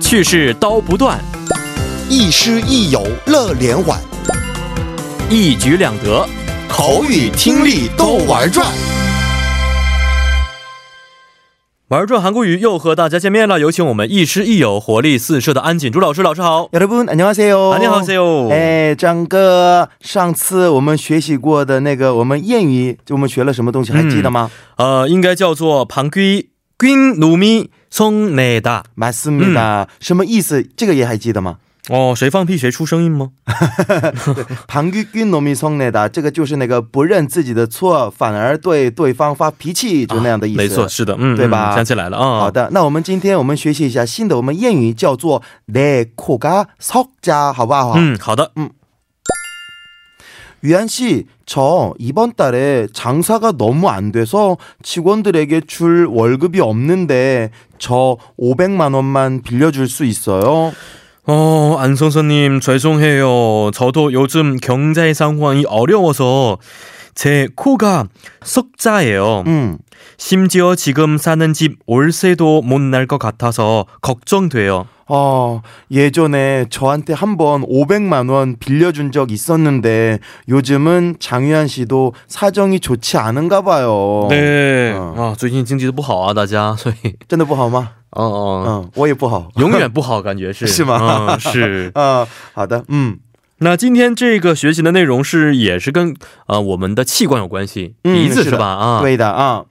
去世刀不断，亦师亦友乐连环，一举两得。口语听力都玩转。玩转韩国语又和大家见面了，有请我们亦师亦友、活力四射的安锦珠老师。老师好， 여러분 안녕하세요. 안녕하세요. 哎，张哥，上次我们学习过的那个我们谚语，就我们学了什么东西，还记得吗？呃，应该叫做방귀뀐놈이성내다。 맞습니다什么意思？这个也还记得吗？哦，谁放屁谁出声音吗？旁居君农民松内的，这个就是那个不认自己的错，反而对对方发脾气，就那样的意思。没错，是的，嗯，对吧嗯想起来了啊，好，的，那我们今天我们学习一下新的我们谚语，叫做“내코가석자”，好不好？嗯，好的， 유한 씨, 저 이번 달에 장사가 너무 안 돼서 직원들에게 줄 월급이 없는데 저 500만 원만 빌려줄 수 있어요? 어, 안 선생님, 죄송해요. 저도 요즘 경제 상황이 어려워서 제 코가 석자예요. 음, 심지어 지금 사는 집 월세도 못 날 것 같아서 걱정돼요. 어, 예전에 저한테 한번 500만 원 빌려준 적 있었는데 요즘은 장유한 씨도 사정이 좋지 않은가 봐요. 네. 어. 아, 최근 경제도 不好啊,大家.所以 真的不好吗? 어, 어. 嗯我也不好 永远不好感觉是哦是吗？ 是啊、好的，嗯，那今天这个学习的内容是也是跟呃我们的器官有关系鼻子嗯是是吧啊对的啊。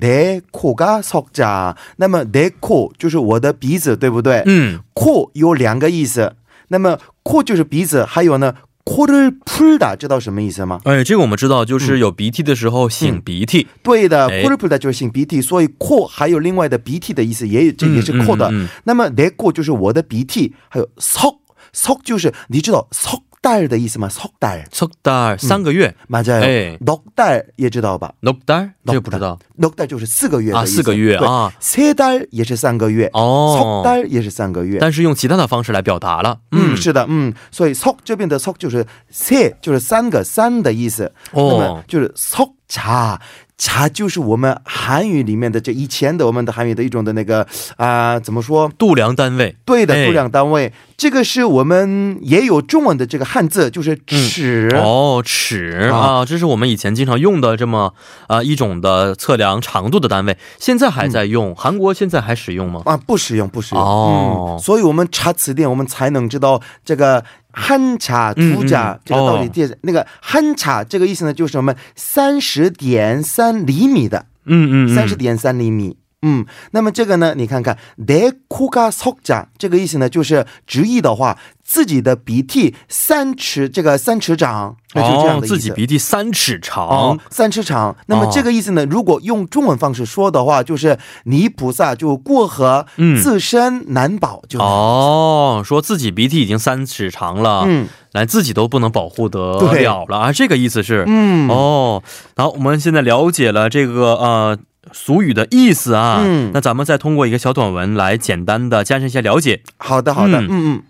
내코가석자，那么내코就是我的鼻子，对不对？嗯 코有两个意思，那么코就是鼻子，还有呢，코를풀다知道什么意思吗？哎这个我们知道就是有鼻涕的时候擤鼻涕对的，哎 코를풀다就是擤鼻涕，所以코还有另外的鼻涕的意思，也有这也是코的。 嗯嗯嗯那么내코就是我的鼻涕，还有석 석就是你知道석달的意思吗？석달 석달三个月， 맞아요， 哎 넉달也知道吧？ 넉달这넉个不知道六代就是四个月的啊意思四个月对啊 세달也是三个月，哦 석，달也是三个月。但是用其他的方式来表达了，嗯，是的，嗯，所以석这边的석就是세，就是三个三的意思。哦那么就是석자，자就是我们韩语里面的这以前的我们的韩语的一种的那个啊、怎么说？度量单位，对哎的，度量单位，这个是我们也有中文的这个汉字，就是嗯尺。哦，尺啊啊，这是我们以前经常用的这么啊一种的测量长度的单位，现在还在用，韩国现在还使用吗？啊，不使用，不使用。哦嗯，所以我们查词典，我们才能知道这个汉查、土嗯甲嗯这个到底哦介、那个汉查这个意思呢，就是我们三十点三厘米的嗯嗯，三十嗯点三厘米。嗯，那么这个呢？你看看，de kuga sokja 这个意思呢，就是直译的话，自己的鼻涕三尺，这个三尺长，那就是这样哦的，意思。自己鼻涕三尺哦长，，三尺长。那么这个意思呢？如果用中文方式说的话，就是泥菩萨就过河，嗯自身难保就。哦，说自己鼻涕已经三尺长了，嗯来自己都不能保护得对了了啊，这个意思是，嗯哦，然后我们现在了解了这个呃俗语的意思啊，嗯那咱们再通过一个小短文来简单的加深一下了解。好的,好的. 음. 음, 음.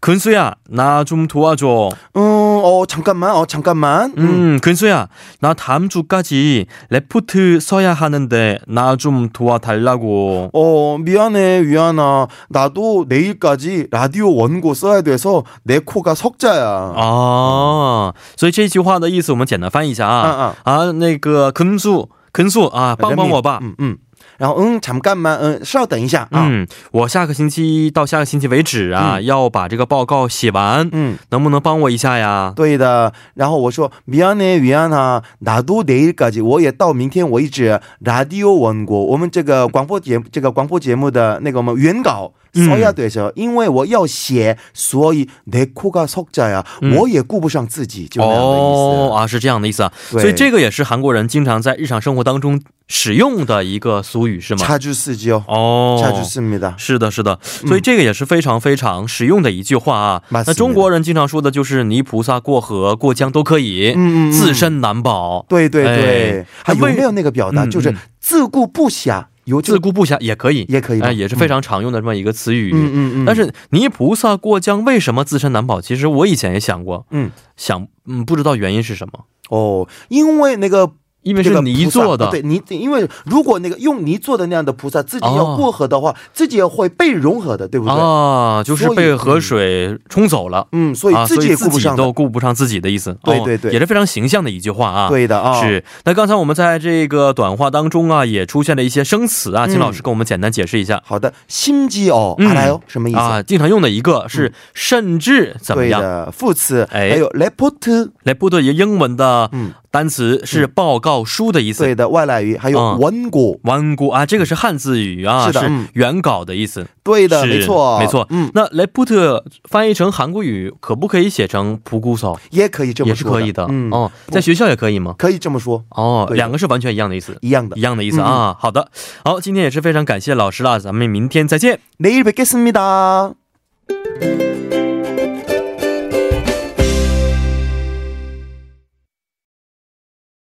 근수야, 나 좀 도와줘. 음, 어, 잠깐만. 어, 잠깐만. 음. 음, 근수야, 나 다음 주까지 레포트 써야 하는데 나 좀 도와달라고. 어, 미안해, 위안아. 나도 내일까지 라디오 원고 써야 돼서 내 코가 석자야. 어， 哦，所以这句话的意思我们简单翻译一下啊啊，那个근수，근수啊，帮帮我吧。 음, 음. 然后, 응, 잠깐만. 응, 稍等一下. 아, 嗯，我下个星期到下个星期为止啊，要把这个报告写完， 음. 能不能帮我一下呀？对的.然后我说, 미안해, 위안아. 나도 내일까지, 我也到明天为止, 라디오 원고, 我们这个广播节,这个广播节目的那个我们原稿,嗯 써야 돼서, 因为我要写, 所以내 코가 석자야. 我也顾不上自己,就那样的意思.嗯哦啊，是这样的意思啊，对所以这个也是韩国人经常在日常生活当中使用的一个俗语，是吗？ 자주쓰지요. 哦， 자주씁니다. 是的，是的，嗯所以这个也是非常非常实用的一句话啊。 맞습니다 那中国人经常说的就是泥菩萨过河过江都可以，嗯嗯嗯自身难保，哎对对对.还为嗯，嗯。自还有没有那个表达,就是自顾不暇,有这个,也可以。顾不暇也可以，也可以吗？嗯哎，也是非常常用的这么一个词语。嗯，嗯，嗯，嗯。但是泥菩萨过江为什么自身难保？其实我以前也想过，嗯。想嗯不知道原因是什么。哦，因为那个因为这是个泥菩萨做的啊对泥，因为如果那个用泥做的那样的菩萨自己哦要过河的话，自己也会被融合的，对不对？啊，就是所以被河水冲走了。嗯，所以啊，自所己以也自顾不己上的。都顾不上自己的意思，对哦对对也是非常形象的一句话啊。对的啊，是。那刚才我们在这个短话当中啊，也出现了一些生词啊，请嗯老师给我们简单解释一下。好的。心机哦，嗯阿来哦，什么意思？嗯啊，经常用的一个是甚至怎么对样？的，副词，哎还有 report，来，波特一个英文的嗯单词是报告书的意思。对的，外来语，还有嗯文果，顽固啊，这个是汉字语啊，是的是嗯原稿的意思。对的，是没错，没错。嗯，那来波特翻译成韩国语，可不可以写成蒲姑嫂？也可以这也么是说，可以的。嗯，哦，在学校也可以吗？可以这么说，哦，对的两个是完全一样的意思，一样的嗯一。样的意思啊。好的，好，今天也是非常感谢老师啦，咱们明天再见。 내일 뵙겠습니다.